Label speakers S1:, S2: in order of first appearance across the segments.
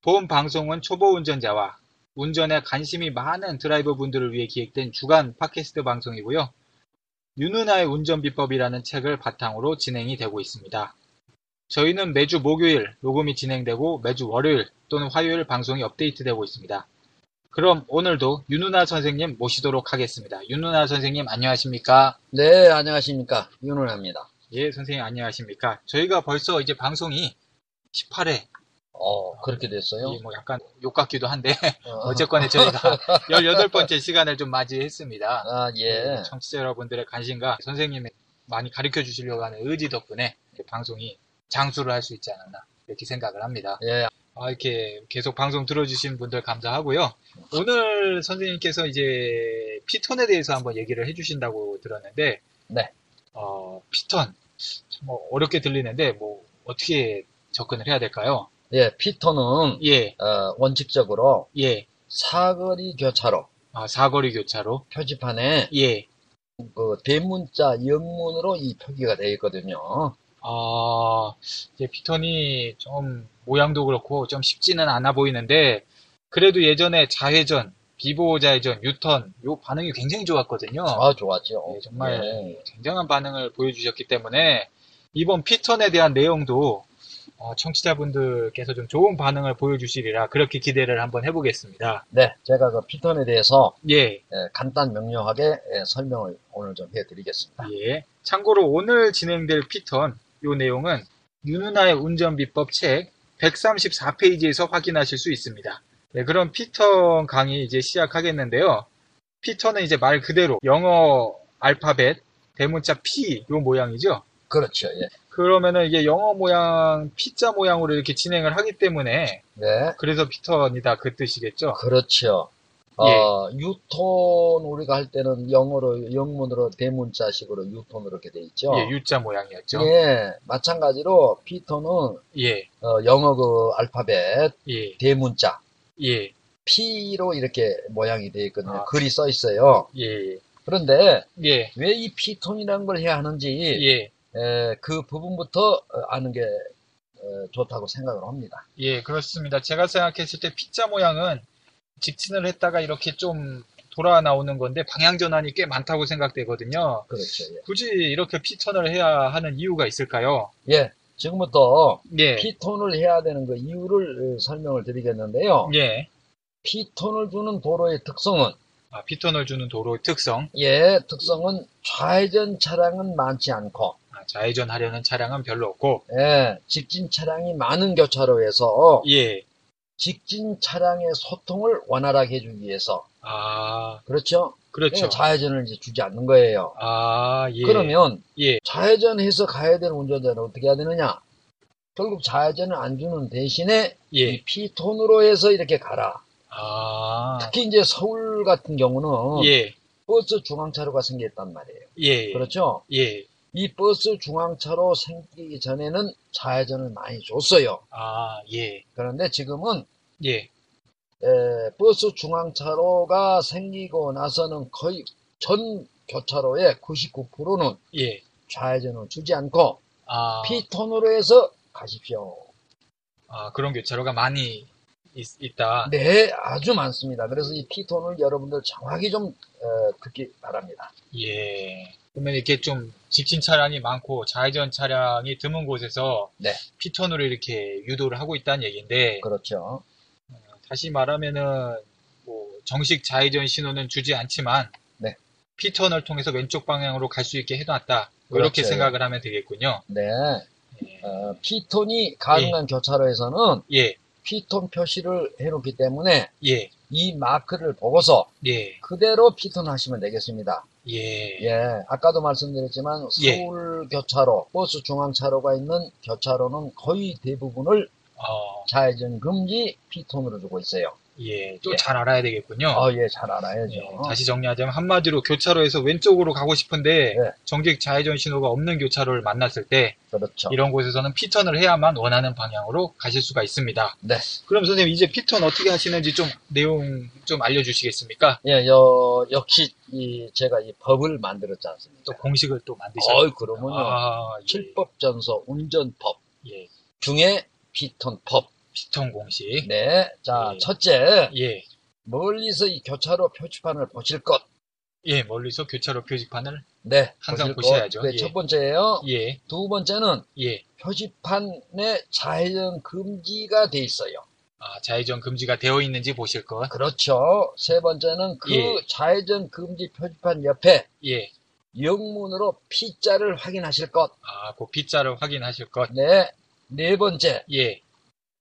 S1: 본 방송은 초보 운전자와 운전에 관심이 많은 드라이버 분들을 위해 기획된 주간 팟캐스트 방송이고요. 유누나의 운전 비법이라는 책을 바탕으로 진행이 되고 있습니다. 저희는 매주 목요일 녹음이 진행되고 매주 월요일 또는 화요일 방송이 업데이트되고 있습니다. 그럼 오늘도 윤누나 선생님 모시도록 하겠습니다. 윤누나 선생님 안녕하십니까?
S2: 네, 안녕하십니까. 윤은합니다.
S1: 예, 선생님 안녕하십니까? 저희가 벌써 이제 방송이 18회,
S2: 어, 그렇게 됐어요?
S1: 뭐 약간 욕 같기도 한데
S2: 어,
S1: 어쨌건에 저희가 18번째 시간을 좀 맞이했습니다.
S2: 아, 예.
S1: 어, 청취자 여러분들의 관심과 선생님의 많이 가르쳐 주시려고 하는 의지 덕분에 이렇게 방송이 장수를 할 수 있지 않았나 이렇게 생각을 합니다.
S2: 예,
S1: 아, 이렇게 계속 방송 들어주신 분들 감사하고요. 오늘 선생님께서 이제 피톤에 대해서 한번 얘기를 해주신다고 들었는데,
S2: 네.
S1: 어, 피톤. 좀 어렵게 들리는데, 뭐, 어떻게 접근을 해야 될까요?
S2: 예, 피터는,
S1: 예,
S2: 어, 원칙적으로
S1: 예.
S2: 사거리 교차로
S1: 아, 사거리 교차로.
S2: 표지판에
S1: 예.
S2: 그 대문자 옆문으로 이 표기가 되어 있거든요.
S1: 아, 이제 피톤이 좀 모양도 그렇고 좀 쉽지는 않아 보이는데, 그래도 예전에 좌회전, 비보호 좌회전, 유턴, 요 반응이 굉장히 좋았거든요.
S2: 아, 좋았죠.
S1: 예, 정말
S2: 예.
S1: 굉장한 반응을 보여주셨기 때문에 이번 피턴에 대한 내용도 어, 청취자분들께서 좀 좋은 반응을 보여주시리라 그렇게 기대를 한번 해보겠습니다.
S2: 네, 제가 그 피턴에 대해서
S1: 예,
S2: 예, 간단 명료하게 예, 설명을 오늘 좀 해드리겠습니다.
S1: 예. 참고로 오늘 진행될 피턴 요 내용은 유누나의 운전 비법 책 134페이지에서 확인하실 수 있습니다. 네, 그럼 피턴 강의 이제 시작하겠는데요. 피턴은 이제 말 그대로 영어 알파벳 대문자 P 요 모양이죠.
S2: 그렇죠, 예.
S1: 그러면은 이게 영어 모양, 피자 모양으로 이렇게 진행을 하기 때문에
S2: 네,
S1: 그래서 피턴이다 그 뜻이겠죠.
S2: 그렇죠. 어,
S1: 예.
S2: 유톤 우리가 할 때는 영어로, 영문으로 대문자식으로 유톤으로 이렇게 돼 있죠.
S1: 예, U자 모양이었죠.
S2: 예, 마찬가지로 피터는
S1: 예,
S2: 어, 영어 그 알파벳
S1: 예,
S2: 대문자
S1: 예,
S2: P로 이렇게 모양이 되어 있거든요.
S1: 아.
S2: 글이 써 있어요.
S1: 예,
S2: 그런데
S1: 예,
S2: 왜 이 피톤이라는 걸 해야 하는지
S1: 예,
S2: 에, 그 부분부터 어, 아는 게 어, 좋다고 생각을 합니다.
S1: 예, 그렇습니다. 제가 생각했을 때 피자 모양은 직진을 했다가 이렇게 좀 돌아 나오는 건데 방향 전환이 꽤 많다고 생각되거든요.
S2: 그렇죠. 예.
S1: 굳이 이렇게 피턴을 해야 하는 이유가 있을까요?
S2: 예, 지금부터
S1: 예,
S2: 피톤을 해야 되는 그 이유를 어, 설명을 드리겠는데요.
S1: 예.
S2: 피톤을 주는 도로의 특성은
S1: 아, 피턴을 주는 도로의 특성.
S2: 예, 특성은 좌회전 차량은 많지 않고
S1: 아, 좌회전하려는 차량은 별로 없고,
S2: 예, 직진 차량이 많은 교차로에서
S1: 예.
S2: 직진 차량의 소통을 원활하게 해주기 위해서
S1: 아,
S2: 그렇죠?
S1: 그렇죠.
S2: 좌회전을 이제 주지 않는 거예요.
S1: 아, 예.
S2: 그러면
S1: 예,
S2: 좌회전해서 가야 되는 운전자는 어떻게 해야 되느냐? 결국 좌회전을 안 주는 대신에
S1: 예.
S2: 이 피톤으로 해서 이렇게 가라.
S1: 아,
S2: 특히 이제 서울 같은 경우는
S1: 예,
S2: 버스 중앙차로가 생겼단 말이에요.
S1: 예,
S2: 어. 그렇죠?
S1: 예.
S2: 이 버스 중앙차로 생기기 전에는 좌회전을 많이 줬어요.
S1: 아, 예,
S2: 그런데 지금은
S1: 예.
S2: 에, 버스 중앙차로가 생기고 나서는 거의 전 교차로의 99%는
S1: 예.
S2: 좌회전을 주지 않고
S1: 아,
S2: 피톤으로 해서 가십시오.
S1: 아, 그런 교차로가 많이 있, 다
S2: 네, 아주 많습니다. 그래서 이 피톤을 여러분들 정확히 좀 어, 듣기 바랍니다.
S1: 예. 그러면 이렇게 좀 직진 차량이 많고 좌회전 차량이 드문 곳에서
S2: 네.
S1: 피턴으로 이렇게 유도를 하고 있다는 얘기인데,
S2: 그렇죠.
S1: 다시 말하면은, 뭐, 정식 좌회전 신호는 주지 않지만,
S2: 네.
S1: 피턴을 통해서 왼쪽 방향으로 갈 수 있게 해놨다. 이렇게
S2: 그렇죠.
S1: 생각을 하면 되겠군요.
S2: 네.
S1: 예.
S2: 어, 피톤이 가능한 교차로에서는
S1: 예,
S2: 피톤 표시를 해놓기 때문에
S1: 예,
S2: 이 마크를 보고서
S1: 예,
S2: 그대로 피톤 하시면 되겠습니다.
S1: 예.
S2: 예, 아까도 말씀드렸지만
S1: 예.
S2: 서울 교차로, 버스 중앙차로가 있는 교차로는 거의 대부분을
S1: 어,
S2: 좌회전 금지 피톤으로 주고 있어요.
S1: 예. 또
S2: 예.
S1: 잘 알아야 되겠군요.
S2: 아, 예, 잘 알아야죠.
S1: 예, 다시 정리하자면 한마디로 교차로에서 왼쪽으로 가고 싶은데
S2: 예.
S1: 정객 좌회전 신호가 없는 교차로를 만났을 때
S2: 그렇죠.
S1: 이런 곳에서는 피턴을 해야만 원하는 방향으로 가실 수가 있습니다.
S2: 네.
S1: 그럼 선생님 이제 피턴 어떻게 하시는지 좀 내용 좀 알려주시겠습니까?
S2: 예, 여, 역시 이 제가 이 법을 만들었지 않습니까?
S1: 또 공식을 또 만드셨어요.
S2: 어이, 네. 그러면요.
S1: 아, 예.
S2: 칠법전서 운전법
S1: 예,
S2: 중에 피톤법.
S1: 피턴 공식.
S2: 네, 자
S1: 예.
S2: 첫째
S1: 예,
S2: 멀리서 이 교차로 표지판을 보실 것.
S1: 예, 멀리서 교차로 표지판을
S2: 네,
S1: 항상
S2: 보실 것.
S1: 보셔야죠.
S2: 그게
S1: 예.
S2: 첫 번째예요.
S1: 예,
S2: 두 번째는
S1: 예.
S2: 표지판에 좌회전 금지가 돼 있어요.
S1: 아, 좌회전 금지가 되어 있는지 보실 것.
S2: 그렇죠. 세 번째는 그
S1: 예.
S2: 좌회전 금지 표지판 옆에
S1: 예,
S2: 영문으로 P자를 확인하실 것.
S1: 아, 그 P자를 확인하실 것.
S2: 네. 네 번째,
S1: 예,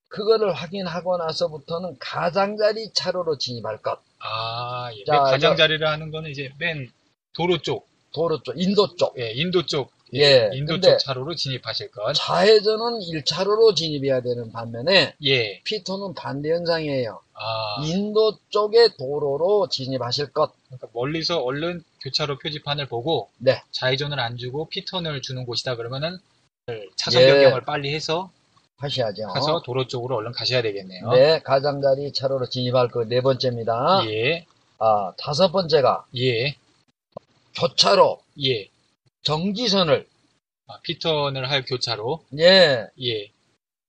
S2: 그거를 확인하고 나서부터는 가장자리 차로로 진입할 것.
S1: 아, 예.
S2: 자,
S1: 맨 가장자리를 하는 거는 이제 맨 도로 쪽,
S2: 도로 쪽, 인도 쪽.
S1: 예, 인도 쪽,
S2: 예.
S1: 인도
S2: 근데
S1: 쪽 차로로 진입하실 것.
S2: 좌회전은 1차로로 진입해야 되는 반면에
S1: 예,
S2: 피토는 반대 현상이에요.
S1: 아,
S2: 인도 쪽의 도로로 진입하실 것.
S1: 그러니까 멀리서 얼른 교차로 표지판을 보고
S2: 네.
S1: 좌회전을 안 주고 피턴을 주는 곳이다 그러면은 차선
S2: 예.
S1: 변경을 빨리 해서
S2: 하셔야죠.
S1: 가서 도로 쪽으로 얼른 가셔야 되겠네요.
S2: 어. 네, 가장자리 차로로 진입할 그 네 번째입니다.
S1: 어? 예,
S2: 아, 다섯 번째가
S1: 예,
S2: 교차로
S1: 예.
S2: 정지선을
S1: 아, 피턴을 할 교차로,
S2: 예,
S1: 예,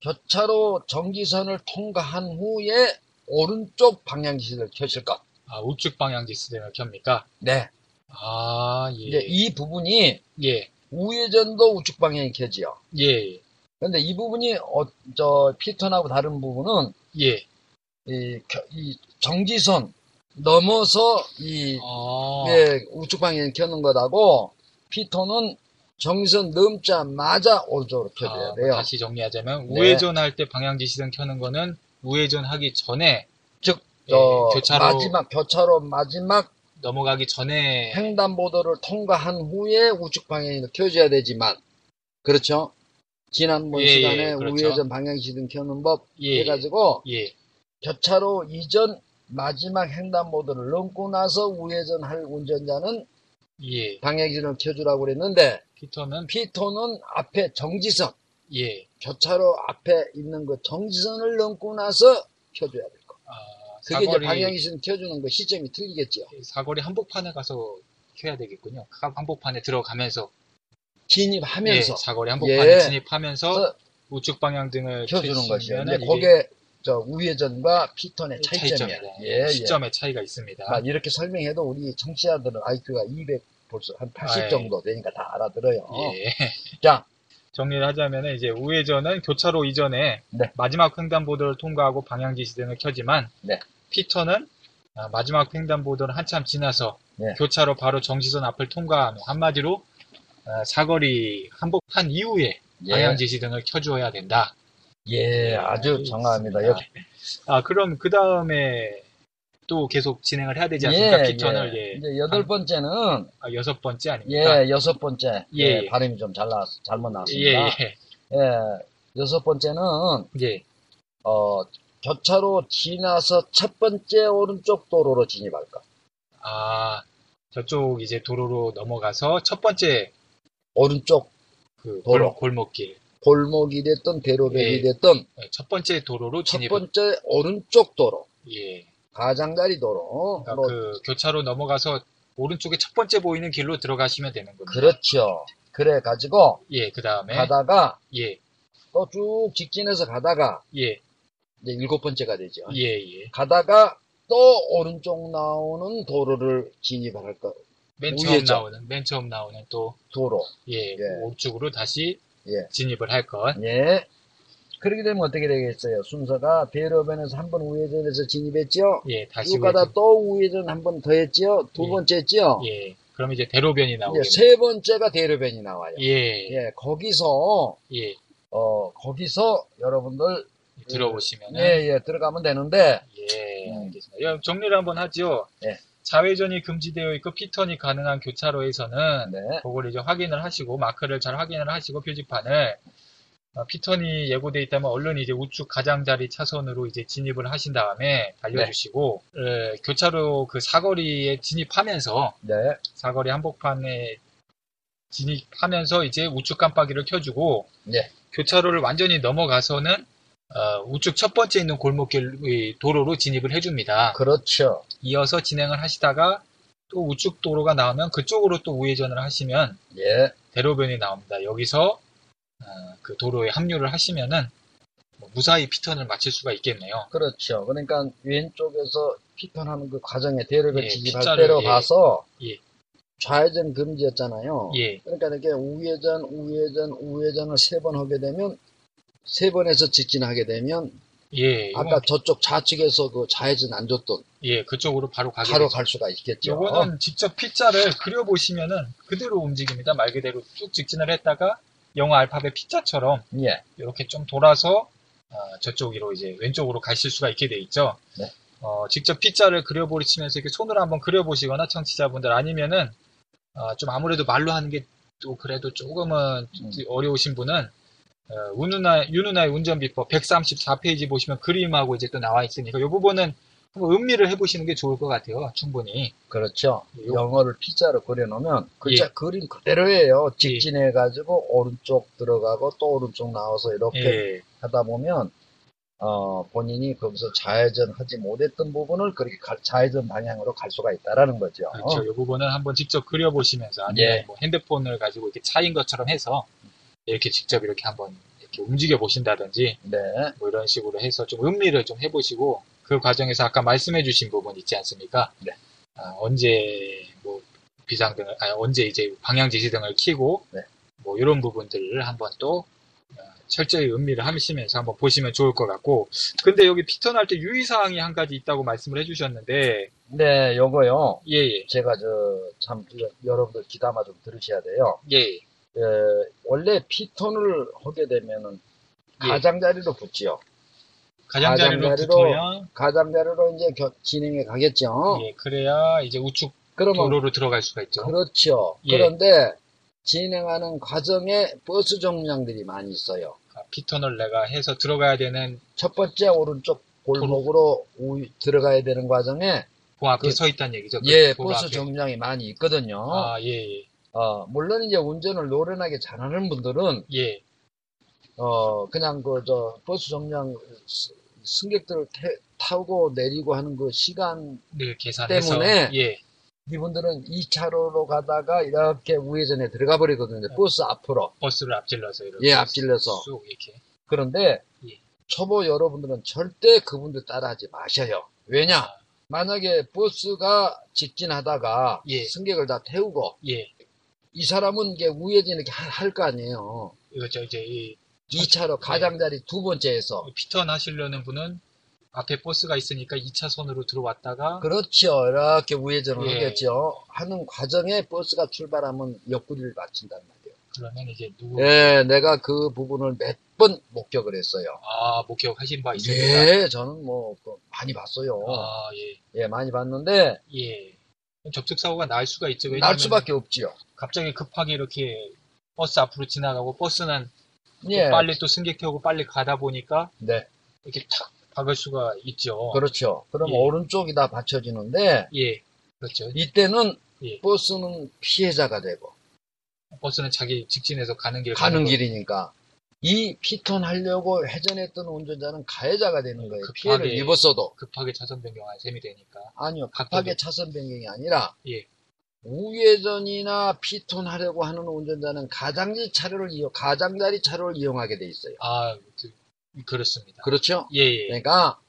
S2: 교차로 정지선을 통과한 후에 오른쪽 방향지시를 켜실 것.
S1: 아, 우측 방향 지스템을 켭니까?
S2: 네.
S1: 아, 예,
S2: 이제 이 부분이
S1: 예,
S2: 우회전도 우측 방향이 켜지요.
S1: 예,
S2: 근데 이 부분이 어, 저 피턴하고 다른 부분은
S1: 예.
S2: 이, 겨- 이 정지선 넘어서 이
S1: 아,
S2: 예, 우측 방향에 켜는 거라고 피톤은 정선 넘자마자 오른쪽으로 켜줘야
S1: 아,
S2: 돼요.
S1: 다시 정리하자면
S2: 네.
S1: 우회전할 때 방향지시등 켜는 거는 우회전하기 전에
S2: 즉,
S1: 예,
S2: 저
S1: 교차로
S2: 마지막 교차로 마지막
S1: 넘어가기 전에
S2: 횡단보도를 통과한 후에 우측 방향에 켜줘야 되지만 그렇죠? 지난번
S1: 예, 예,
S2: 시간에
S1: 그렇죠.
S2: 우회전 방향시등 켜는 법
S1: 예,
S2: 해가지고
S1: 예,
S2: 교차로 이전 마지막 횡단보도를 넘고 나서 우회전할 운전자는
S1: 예.
S2: 방향지를 켜주라고 그랬는데
S1: 피터는
S2: 피톤은 앞에 정지선
S1: 예,
S2: 교차로 앞에 있는 그 정지선을 넘고 나서 켜줘야 될 거.
S1: 아,
S2: 그게
S1: 사거리
S2: 이제 방향지선 켜주는 거 시점이 틀리겠죠.
S1: 사거리 한복판에 가서 켜야 되겠군요. 가- 한복판에 들어가면서
S2: 진입하면서
S1: 예, 사거리 한복판에
S2: 예.
S1: 진입하면서
S2: 그래서
S1: 우측 방향 등을
S2: 켜주는 것이에요.
S1: 켜시면은
S2: 이제 그게 저 우회전과 피톤의
S1: 이게 차이점이다.
S2: 차이점이에요. 예, 예.
S1: 시점의 차이가 있습니다.
S2: 아, 이렇게 설명해도 우리 청취자들은 IQ가 200 벌써 한 80
S1: 아, 예.
S2: 정도 되니까 다 알아들어요.
S1: 예.
S2: 자,
S1: 정리를 하자면 이제 우회전은 교차로 이전에
S2: 네.
S1: 마지막 횡단보도를 통과하고 방향지시 등을 켜지만
S2: 네.
S1: 피터는 아, 마지막 횡단보도를 한참 지나서
S2: 네.
S1: 교차로 바로 정지선 앞을 통과하며 한마디로 아, 사거리 한복판 이후에
S2: 예.
S1: 방향지시 등을 켜주어야 된다.
S2: 예, 아주 정확합니다. 예.
S1: 알겠습니다.
S2: 역시
S1: 아 그럼 그 다음에 또 계속 진행을 해야 되지 않습니까? 피터는 예.
S2: 이제 여덟 번째는
S1: 아, 여섯 번째
S2: 예,
S1: 아닙니까?
S2: 여섯 번째.
S1: 예,
S2: 예,
S1: 예.
S2: 발음이 좀 잘 나왔, 잘못
S1: 예,
S2: 나왔습니다.
S1: 예.
S2: 예, 여섯 번째는,
S1: 예.
S2: 어, 교차로 지나서 첫 번째 오른쪽 도로로 진입할 것.
S1: 아 저쪽 이제 도로로 넘어가서 첫 번째
S2: 오른쪽
S1: 그
S2: 도로.
S1: 골, 목길
S2: 골목이 됐든 대로변이
S1: 예.
S2: 됐든
S1: 첫 번째 도로로
S2: 첫
S1: 진입
S2: 번째 오른쪽 도로,
S1: 예
S2: 가장자리 도로. 뭐
S1: 그러니까 그 교차로 넘어가서 오른쪽에 첫 번째 보이는 길로 들어가시면 되는 겁니다
S2: 렇죠 그렇죠. 그래가지고
S1: 예그 다음에
S2: 가다가
S1: 예예예
S2: 또 쭉 직진해서 가다가
S1: 예,
S2: 이제 일곱 번째가 되죠.
S1: 예, 예.
S2: 가다가 또 오른쪽 나오는 도로를 진입할 것.
S1: 맨 처음
S2: 우회전.
S1: 나오는 맨 처음 나오는
S2: 도로.
S1: 또예
S2: 예.
S1: 오른쪽으로 다시
S2: 예.
S1: 진입을 할것
S2: 예. 그렇게 되면 어떻게 되겠어요? 순서가 대로변에서 한 번 우회전해서 진입했죠?
S1: 예, 다시
S2: 쭉 가다
S1: 우회전.
S2: 또 우회전 한 번 더 했죠? 두
S1: 예.
S2: 번째 했죠?
S1: 예, 그럼 이제 대로변이 나오게.
S2: 예, 세 번째가 대로변이 나와요.
S1: 예, 예,
S2: 예, 거기서,
S1: 예.
S2: 어, 거기서 여러분들,
S1: 들어오시면.
S2: 예, 예, 들어가면 되는데,
S1: 네. 예,
S2: 음.
S1: 알겠습니다. 야, 정리를 한번 하죠.
S2: 예.
S1: 좌회전이 금지되어 있고 피턴이 가능한 교차로에서는
S2: 네,
S1: 그걸 이제 확인을 하시고 마크를 잘 확인을 하시고 표지판을 어, 피턴이 예고돼 있다면 얼른 이제 우측 가장자리 차선으로 이제 진입을 하신 다음에 달려주시고 예, 교차로 그 사거리에 진입하면서
S2: 네,
S1: 사거리 한복판에 진입하면서 이제 우측 깜빡이를 켜주고
S2: 예.
S1: 교차로를 완전히 넘어가서는 어, 우측 첫 번째 있는 골목길 이 도로로 진입을 해줍니다.
S2: 그렇죠.
S1: 이어서 진행을 하시다가 또 우측 도로가 나오면 그쪽으로 또 우회전을 하시면
S2: 예,
S1: 대로변이 나옵니다. 여기서 어, 그 도로에 합류를 하시면은 뭐 무사히 피턴을 마칠 수가 있겠네요.
S2: 그렇죠. 그러니까 왼쪽에서 피턴하는 그 과정에 대로변
S1: 예,
S2: 진입할
S1: 피자를,
S2: 때로
S1: 예.
S2: 가서,
S1: 예.
S2: 좌회전 금지였잖아요.
S1: 예,
S2: 그러니까 이렇게 우회전, 우회전, 우회전을 세 번 하게 되면, 세 번에서 직진하게 되면,
S1: 예, 이건-
S2: 아까 저쪽 좌측에서 그 좌회전 안 줬던
S1: 예, 그쪽으로 바로 가게
S2: 바로
S1: 되죠.
S2: 갈 수가 있겠죠.
S1: 요거는 직접 피자를 그려보시면은 그대로 움직입니다. 말 그대로 쭉 직진을 했다가 영어 알파벳 피자처럼
S2: 예,
S1: 이렇게 좀 돌아서 아, 저쪽으로 이제 왼쪽으로 가실 수가 있게 돼 있죠.
S2: 네.
S1: 어, 직접 피자를 그려보시면서 이렇게 손으로 한번 그려보시거나 청취자분들 아니면은 아, 좀 아무래도 말로 하는 게 또 그래도 조금은
S2: 음.
S1: 어려우신 분은 어, 우누나 유누나의 운전 비법 134페이지 보시면 그림하고 이제 또 나와 있으니까 이 부분은 한번 음미를 해보시는 게 좋을 것 같아요. 충분히.
S2: 그렇죠.
S1: 요- 예.
S2: 영어를 피자로 그려놓으면 글자 그림 그대로예요. 직진해가지고 오른쪽 들어가고 또 오른쪽 나와서 이렇게
S1: 예.
S2: 하다 보면 어, 본인이 거기서 좌회전 하지 못했던 부분을 그렇게 가- 좌회전 방향으로 갈 수가 있다라는 거죠.
S1: 그렇죠. 이 부분은 한번 직접 그려보시면서 아니면
S2: 어. 예.
S1: 뭐 핸드폰을 가지고 이렇게 차인 것처럼 해서 이렇게 직접 이렇게 한번 이렇게 움직여 보신다든지
S2: 네,
S1: 뭐 이런 식으로 해서 좀 음미를 좀 해보시고 그 과정에서 아까 말씀해주신 부분 있지 않습니까?
S2: 네.
S1: 아, 언제 뭐 비상등, 아 언제 이제 방향 지시등을 켜고
S2: 네.
S1: 뭐 이런 부분들을 한번 또 어, 철저히 음미를 하시면서 한번 보시면 좋을 것 같고 근데 여기 피턴 할 때 유의사항이 한 가지 있다고 말씀을 해주셨는데
S2: 네, 요거요.
S1: 예예
S2: 제가 저 참 여러분들 귀담아 좀 들으셔야 돼요.
S1: 예.
S2: 예, 원래 피턴을 하게 되면은
S1: 예.
S2: 가장자리로 붙지요.
S1: 가장자리로
S2: 가장자리로-
S1: 붙어야
S2: 가장자리로 이제 겨- 진행해 가겠죠.
S1: 예, 그래야 이제 우측
S2: 그러면
S1: 도로로 들어갈 수가 있죠.
S2: 뭐 그렇죠.
S1: 예.
S2: 그런데 진행하는 과정에 버스 정류장들이 많이 있어요.
S1: 아, 피턴을 내가 해서 들어가야 되는
S2: 첫 번째 오른쪽 골목으로 우- 들어가야 되는 과정에
S1: 그 앞에
S2: 그-
S1: 서 있다는 얘기죠. 그
S2: 예,
S1: 도로
S2: 버스
S1: 앞에.
S2: 정류장이 많이 있거든요.
S1: 아, 예, 예.
S2: 어, 물론 이제 운전을 노련하게 잘하는 분들은
S1: 예,
S2: 어, 그냥 그 저 버스 정류장 스- 승객들을 태- 타고 내리고 하는 그 시간
S1: 늘 계산해서
S2: 때문에-
S1: 예,
S2: 이분들은 2차로로 가다가 이렇게 우회전에 들어가 버리거든요.
S1: 네.
S2: 버스 앞으로.
S1: 버스를 앞질러서 이렇게
S2: 예, 앞질러서.
S1: 쑥 이렇게.
S2: 그런데
S1: 예.
S2: 초보 여러분들은 절대 그분들 따라하지 마셔요.
S1: 아.
S2: 왜냐? 만약에 버스가 직진하다가
S1: 예.
S2: 승객을 다 태우고
S1: 예.
S2: 이 사람은 이게 우회전 이렇게 할 거 아니에요.
S1: 이거죠. 이제 이
S2: 2차로
S1: 네.
S2: 가장자리 두 번째에서
S1: 피턴 하시려는 분은 앞에 버스가 있으니까 2차선으로 들어왔다가
S2: 그렇죠. 이렇게 우회전을
S1: 예.
S2: 하겠죠. 하는 과정에 버스가 출발하면 옆구리를 맞춘단 말이에요.
S1: 그러면 이제 누구
S2: 예, 내가 그 부분을 몇 번 목격을 했어요.
S1: 아, 목격하신 바 있습니다.
S2: 예, 저는 뭐그 많이 봤어요.
S1: 아, 예.
S2: 예, 많이 봤는데
S1: 예. 접촉 사고가 날 수가 있죠.
S2: 날
S1: 왜냐하면
S2: 수밖에 없지요.
S1: 갑자기 급하게 이렇게 버스 앞으로 지나가고 버스는 또
S2: 예,
S1: 빨리 또 승객 태우고 빨리 가다 보니까
S2: 네,
S1: 이렇게 탁 박을 수가 있죠.
S2: 그렇죠. 그럼
S1: 예.
S2: 오른쪽이 다 받쳐지는데
S1: 예, 그렇죠.
S2: 이때는
S1: 예.
S2: 버스는 피해자가 되고
S1: 버스는 자기 직진해서 가는 길
S2: 가는
S1: 거-
S2: 길이니까 이 피턴 하려고 회전했던 운전자는 가해자가 되는 거예요.
S1: 급하게-
S2: 피해를 입었어도
S1: 급하게 차선 변경할 셈이 되니까
S2: 아니요,
S1: 갑자기.
S2: 급하게 차선 변경이 아니라
S1: 예.
S2: 우회전이나 피턴 하려고 하는 운전자는 가장자리 차로를 이용, 가장자리 차로를 이용하게 돼 있어요.
S1: 아 그, 그렇습니다.
S2: 그렇죠?
S1: 예, 예,
S2: 그러니까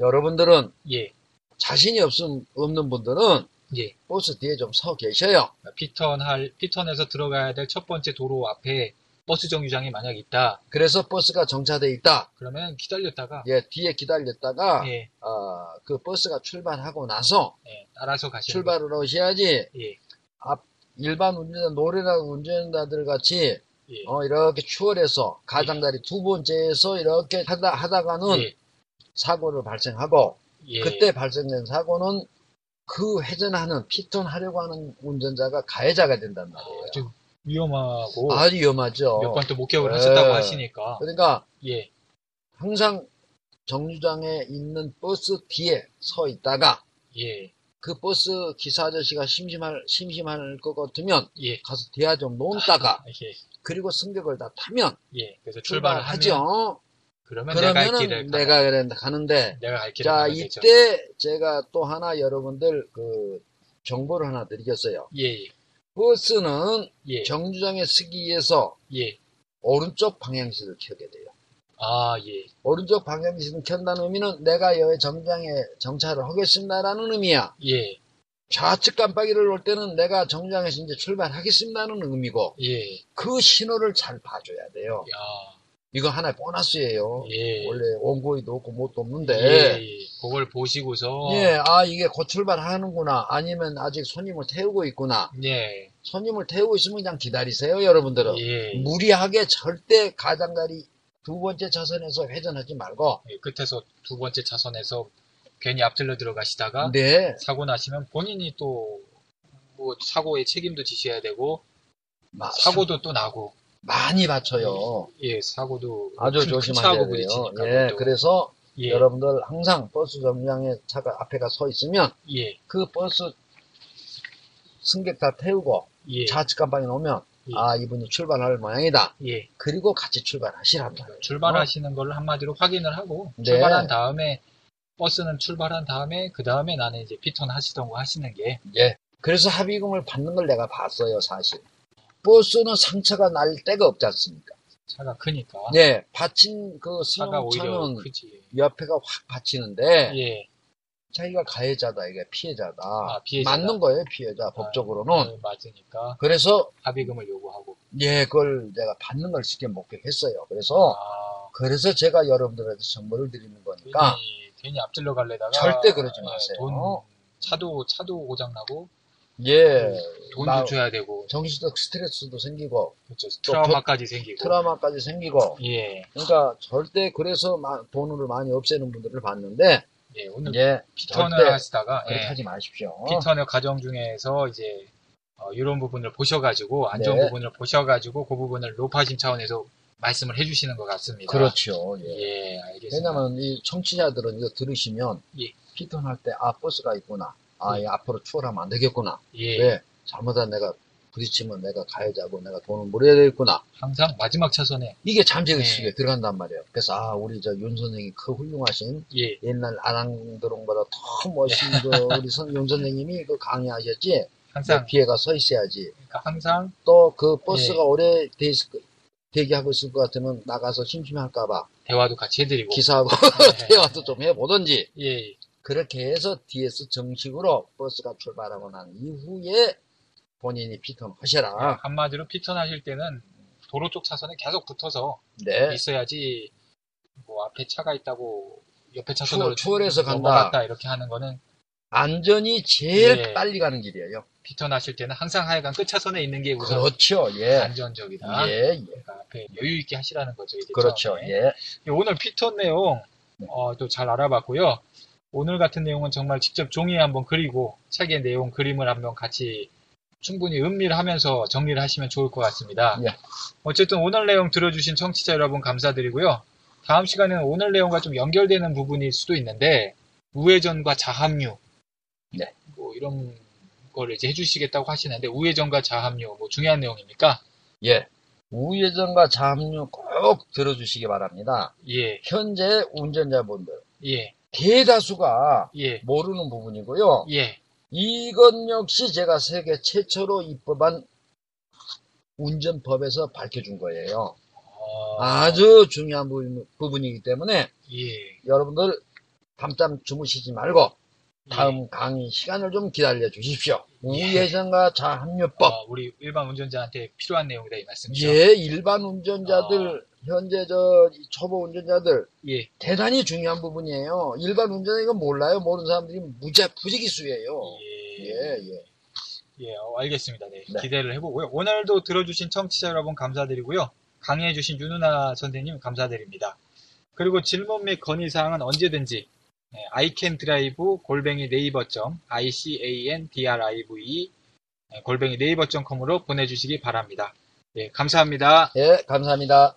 S2: 여러분들은
S1: 예,
S2: 자신이 없음, 없는 분들은
S1: 예.
S2: 버스 뒤에 좀 서 계셔요.
S1: 피턴 할 피턴에서 들어가야 될 첫 번째 도로 앞에 버스 정류장이 만약 있다.
S2: 그래서 버스가 정차돼 있다.
S1: 그러면 기다렸다가
S2: 예, 뒤에 기다렸다가
S1: 예,
S2: 아, 그 버스가 출발하고 나서
S1: 예, 따라서 가시는
S2: 출발을 하셔야지
S1: 거- 예,
S2: 일반 운전자, 노래나 운전자들 같이
S1: 예.
S2: 어, 이렇게 추월해서 가장자리 두 번째에서 이렇게 하다, 하다가는
S1: 예.
S2: 사고를 발생하고
S1: 예.
S2: 그때 발생된 사고는 그 회전하는 피턴 하려고 하는 운전자가 가해자가 된단 말이에요.
S1: 아주 어, 위험하고
S2: 아주 위험하죠.
S1: 몇 번 또 목격을
S2: 예.
S1: 하셨다고 하시니까
S2: 그러니까
S1: 예.
S2: 항상 정류장에 있는 버스 뒤에 서 있다가
S1: 예.
S2: 그 버스 기사 아저씨가 심심할 심심할 것 같으면
S1: 예.
S2: 가서 대화 좀 놓다가
S1: 예.
S2: 그리고 승객을 다 타면
S1: 예. 그래서 출발을
S2: 출발을
S1: 하죠.
S2: 하죠.
S1: 그러면 내가 할 길을
S2: 그러면은 내가 그래 가는데
S1: 내가 갈 길을
S2: 자
S1: 가면 되죠.
S2: 이때 제가 또 하나 여러분들 그 정보를 하나 드리겠어요.
S1: 예.
S2: 버스는
S1: 예.
S2: 정류장에 서기 위해서
S1: 예.
S2: 오른쪽 방향시를 켜게 돼요.
S1: 아, 예.
S2: 오른쪽 방향시를 켠다는 의미는 내가 여기 정류장에 정차를 하겠습니다라는 의미야.
S1: 예.
S2: 좌측 깜빡이를 놓을 때는 내가 정류장에서 이제 출발하겠습니다는 의미고
S1: 예.
S2: 그 신호를 잘 봐줘야 돼요.
S1: 야.
S2: 이거 하나의 보너스예요.
S1: 예.
S2: 원래 원고에도 없고 못도 없는데
S1: 예.
S2: 예.
S1: 예. 그걸 보시고서
S2: 아 이게 곧 출발하는구나 아니면 아직 손님을 태우고 있구나
S1: 예.
S2: 손님을 태우고 있으면 그냥 기다리세요 여러분들은
S1: 예.
S2: 어, 무리하게 절대 가장자리 두 번째 차선에서 회전하지 말고
S1: 예, 끝에서 두 번째 차선에서 괜히 앞질러 들어가시다가
S2: 네
S1: 사고 나시면 본인이 또 뭐 사고의 책임도 지셔야 되고
S2: 마-
S1: 사고도 또 나고
S2: 많이 받쳐요
S1: 예 사고도
S2: 아주
S1: 큰- 큰
S2: 조심하셔야
S1: 차하고
S2: 돼요
S1: 부딪히니까
S2: 예
S1: 또.
S2: 그래서
S1: 예,
S2: 여러분들 항상 버스 정류장에 차가 앞에가 서 있으면
S1: 예,
S2: 그 버스 승객 다 태우고
S1: 예,
S2: 좌측 깜빡이 놓으면
S1: 예.
S2: 아 이분이 출발할 모양이다.
S1: 예.
S2: 그리고 같이 출발하시란 말이에요.
S1: 출발하시는 걸 한마디로 확인을 하고
S2: 네.
S1: 출발한 다음에 버스는 출발한 다음에 그 다음에 나는 이제 피턴 하시던 거 하시는 게
S2: 예. 그래서 합의금을 받는 걸 내가 봤어요 사실. 버스는 상처가 날 데가 없지 않습니까?
S1: 차가 크니까
S2: 예. 받친 그
S1: 아. 차가 오히려
S2: 승용차는 네.
S1: 크지
S2: 옆에가 확 받치는데
S1: 예
S2: 자기가 가해자다 이게 피해자다.
S1: 아, 피해자다. 아.
S2: 맞는 거예요 피해자 법적으로는.
S1: 예, 맞으니까
S2: 그래서
S1: 합의금을 요구하고
S2: 예 그걸 내가 받는 걸 쉽게 목격했어요. 그래서
S1: 아
S2: 그래서 제가 여러분들한테 정보를 드리는 거니까
S1: 괜히 괜히 앞질러 갈래다가
S2: 그러니까 절대 그러지
S1: 예,
S2: 마세요.
S1: 음. 돈 차도 차도 고장 나고
S2: 예
S1: 돈도
S2: 나-
S1: 줘야 되고
S2: 정신적 스트레스도 생기고
S1: 그렇죠
S2: 또
S1: 트라우마까지 생기고
S2: 트라우마까지 생기고
S1: 예,
S2: 그러니까 절대 그래서 마- 돈으로 많이 없애는 분들을 봤는데
S1: 예 오늘
S2: 예
S1: 피턴을
S2: 절대
S1: 하시다가
S2: 그렇게
S1: 예,
S2: 하지 마십시오
S1: 피턴의 과정 중에서 이제 어, 이런 부분을 보셔가지고 안 좋은
S2: 네.
S1: 부분을 보셔가지고 그 부분을 높아진 차원에서 말씀을 해주시는 것 같습니다.
S2: 그렇죠 예.
S1: 예, 알겠습니다.
S2: 왜냐면 이 청취자들은 이거 들으시면
S1: 예.
S2: 피턴할 때 아 버스가 있구나 아
S1: 예.
S2: 이 앞으로 추월하면 안 되겠구나
S1: 예,
S2: 왜 잘못한 내가 부딪히면 내가 가해자고 내가 돈을 물어야 되겠구나
S1: 항상 마지막 차선에
S2: 이게
S1: 네.
S2: 잠재의식에 들어간단 말이에요 그래서 아 우리 저 윤 선생이 그 훌륭하신
S1: 예,
S2: 옛날 아랑드롱보다 더 멋진 그 우리 선, 윤 선생님이 그 강의하셨지
S1: 항상
S2: 내 뒤에가 서 있어야지
S1: 그러니까 항상
S2: 또 그
S1: 네.
S2: 버스가 오래 대 있을 거- 대기하고 있을 것 같으면 나가서 심심할까봐
S1: 대화도 같이 해드리고
S2: 기사하고
S1: 뭐. 네.
S2: 대화도 좀 해보든지
S1: 예,
S2: 그렇게 해서 뒤에서 정식으로 버스가 출발하고 난 이후에 본인이
S1: 아.
S2: 피턴하셔라
S1: 한마디로 피턴 하실 때는 도로 쪽 차선에 계속 붙어서
S2: 네
S1: 있어야지 뭐 앞에 차가 있다고 옆에 차선으로
S2: 추월, 추월해서 간다
S1: 넘어갔다 이렇게 하는 거는
S2: 안전이 제일
S1: 예.
S2: 빨리 가는 길이에요
S1: 피턴 하실 때는 항상 하여간 끝 차선에 있는 게 우선
S2: 그렇죠 예
S1: 안전적이다.
S2: 예, 예.
S1: 그러니까 앞에 여유 있게 하시라는 거죠. 이제
S2: 그렇죠
S1: 처음에.
S2: 예 네.
S1: 예, 오늘 피턴 내용 어, 또 잘 알아봤고요. 오늘 같은 내용은 정말 직접 종이에 한번 그리고 책의 내용 그림을 한번 같이 충분히 음미하면서 정리를 하시면 좋을 것 같습니다.
S2: 예.
S1: 어쨌든 오늘 내용 들어주신 청취자 여러분 감사드리고요. 다음 시간에는 오늘 내용과 좀 연결되는 부분일 수도 있는데 우회전과 자합류
S2: 네.
S1: 뭐 이런 걸 이제 해주시겠다고 하시는데 우회전과 자합류 뭐 중요한 내용입니까?
S2: 예. 우회전과 자합류 꼭 들어주시기 바랍니다.
S1: 예,
S2: 현재 운전자분들
S1: 예,
S2: 대다수가
S1: 예,
S2: 모르는 부분이고요.
S1: 예,
S2: 이건 역시 제가 세계 최초로 입법한 운전법에서 밝혀준 거예요.
S1: 어,
S2: 아주 중요한 부분- 부분이기 때문에
S1: 예.
S2: 여러분들 밤잠 주무시지 말고
S1: 예.
S2: 다음 강의 시간을 좀 기다려 주십시오. 우회전과 자합류법
S1: 어, 우리 일반 운전자한테 필요한 내용이다 이 말씀이죠.
S2: 예, 일반 운전자들, 현재 저 초보 운전자들,
S1: 예.
S2: 대단히 중요한 부분이에요. 일반 운전자 이거 몰라요. 모르는 사람들이 무지, 어, 부지기수예요.
S1: 예.
S2: 예, 예.
S1: 예, 어, 알겠습니다. 네,
S2: 네.
S1: 기대를 해보고요. 오늘도 들어주신 청취자 여러분 감사드리고요. 강의해주신 윤은아 선생님 감사드립니다. 그리고 질문 및 건의사항은 언제든지 네, iCanDrive 골뱅이 네이버점 icandrive 골뱅이 네이버점컴으로 보내주시기 바랍니다. 예, 감사합니다.
S2: 예, 감사합니다.